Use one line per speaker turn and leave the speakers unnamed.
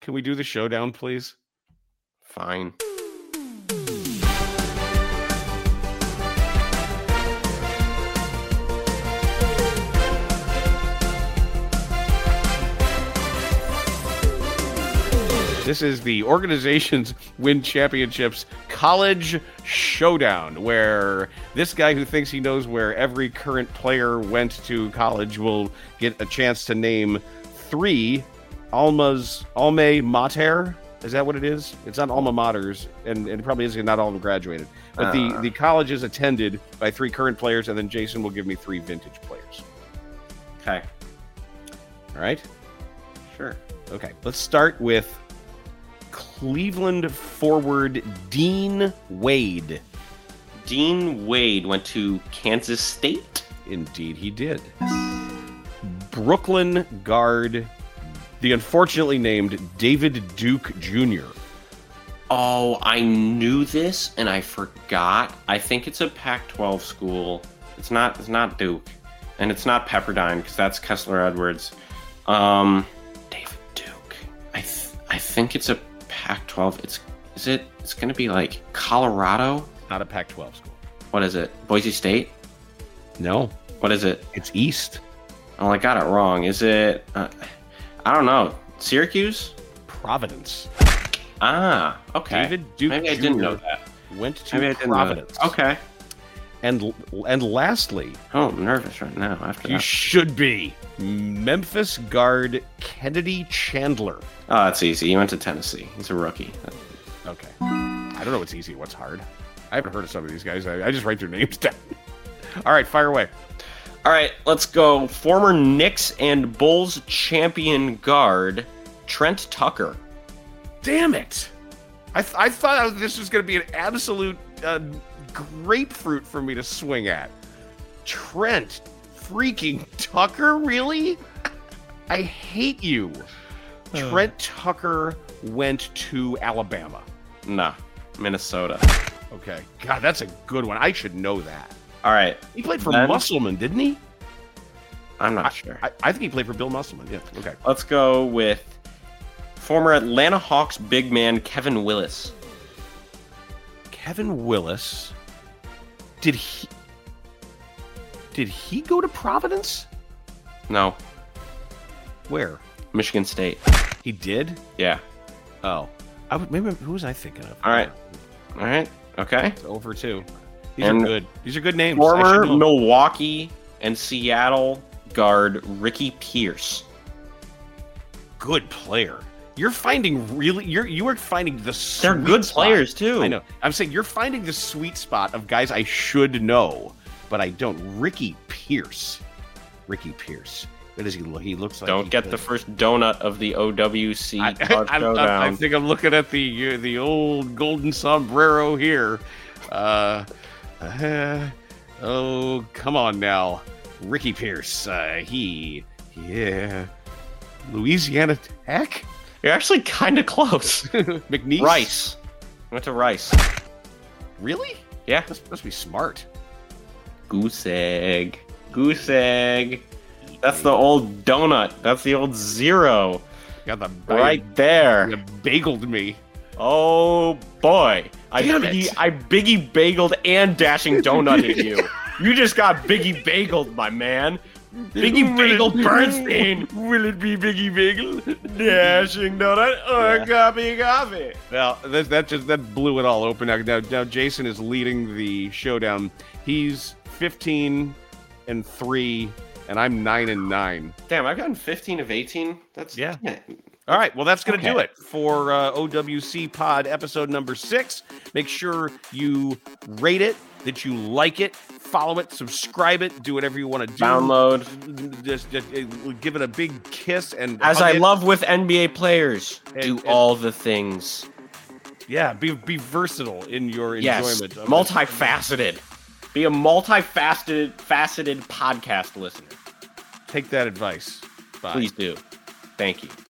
Can we do the showdown, please? Fine. This is the organizations win championships college showdown, where this guy who thinks he knows where every current player went to college will get a chance to name three almas alma mater. Is that what it is? It's not alma maters, and, and it probably is not all of them graduated. But the the college is attended by three current players, and then Jason will give me three vintage players.
Okay.
All right. Sure. Okay. Let's start with Cleveland forward Dean Wade.
Dean Wade went to Kansas State.
Indeed, he did. Brooklyn guard, the unfortunately named David Duke Jr.
Oh, I knew this and I forgot. I think it's a Pac-12 school. It's not. It's not Duke, and it's not Pepperdine because that's Kessler Edwards. Um, David Duke. I th- I think it's a Pac-12. It's is it? It's gonna be like Colorado.
Not a Pac 12 school.
What is it? Boise State.
No,
What is it?
it's East.
Oh, I got it wrong. Is it? Uh, I don't know. Syracuse.
Providence.
Ah, okay.
David Duke
Maybe I
Jr.
didn't know that.
Went to
Maybe I didn't
Providence.
know that. Okay.
And and lastly,
Oh, I'm nervous right now after
you
that.
should be Memphis guard Kennedy Chandler.
oh, that's easy. He went to Tennessee. He's a rookie.
Okay. I don't know what's easy, what's hard. I haven't heard of some of these guys. I, I just write their names down. All right, fire away.
All right, let's go. Former Knicks and Bulls champion guard Trent Tucker.
Damn it! I, th- I thought this was going to be an absolute uh, grapefruit for me to swing at. Trent, freaking Tucker, really? I hate you. Trent Tucker went to Alabama.
Nah, Minnesota.
Okay, God, that's a good one. I should know that.
All right,
He played for
Then-
Musselman, didn't he?
I'm not
I,
sure.
I, I think he played for Bill Musselman. Yeah. Okay.
let's go with former Atlanta Hawks big man Kevin Willis.
Kevin Willis. Did he? Did he go to Providence?
No,
Where?
Michigan State.
He did.
Yeah.
Oh, I would, maybe who was I thinking of?
All right. All right. Okay.
It's over two. These
And
are good. These are good names. I
Former
should know.
Milwaukee and Seattle guard Ricky Pierce.
good player. You're finding really you're you are finding the
They're
sweet
good
spot.
players, too.
I know. I'm saying you're finding the sweet spot of guys I should know, but I don't. Ricky Pierce. Ricky Pierce. What does he look? He looks like
Don't
he
get
could-
the first donut of the OWC
I,
Card
I, I'm-
Showdown.
I, I think I'm looking at the uh, the old golden sombrero here. Uh, uh, oh, come on now, Ricky Pierce. Uh, he, yeah, Louisiana Tech,
You're actually kind of close.
McNeese,
Rice. Went to Rice.
Really?
Yeah.
That's must be smart.
Goose egg. Goose egg. That's the old donut. That's the old zero.
Got the
Right
You
there.
bageled me.
Oh boy. I
Damn
biggie,
it.
I biggie bageled and dashing donut at you. You just got biggie bageled, my man. Biggie Bagel Bernstein.
Will it be Biggie Bagel?
Dashing donut or
Yeah.
Oh, copy coffee.
Well, that, that just that blew it all open. Now, now, now Jason is leading the showdown. He's 15 and three, and I'm nine and nine.
Damn, I've gotten 15 of 18. That's
Yeah.
damn it.
All right, well, that's going to do
Okay.
it for uh, OWC Pod episode number six. Make sure you rate it, that you like it, follow it, subscribe it, do whatever you want to do.
Download.
Just, just uh, give it a big kiss and
As
hug
I
it.
love with NBA players,
And-
do
and-
all the things.
yeah, be be versatile in your
Yes,
enjoyment. of this.
multifaceted. Be a multifaceted faceted podcast listener.
Take that advice. Bye.
Please do. Thank you.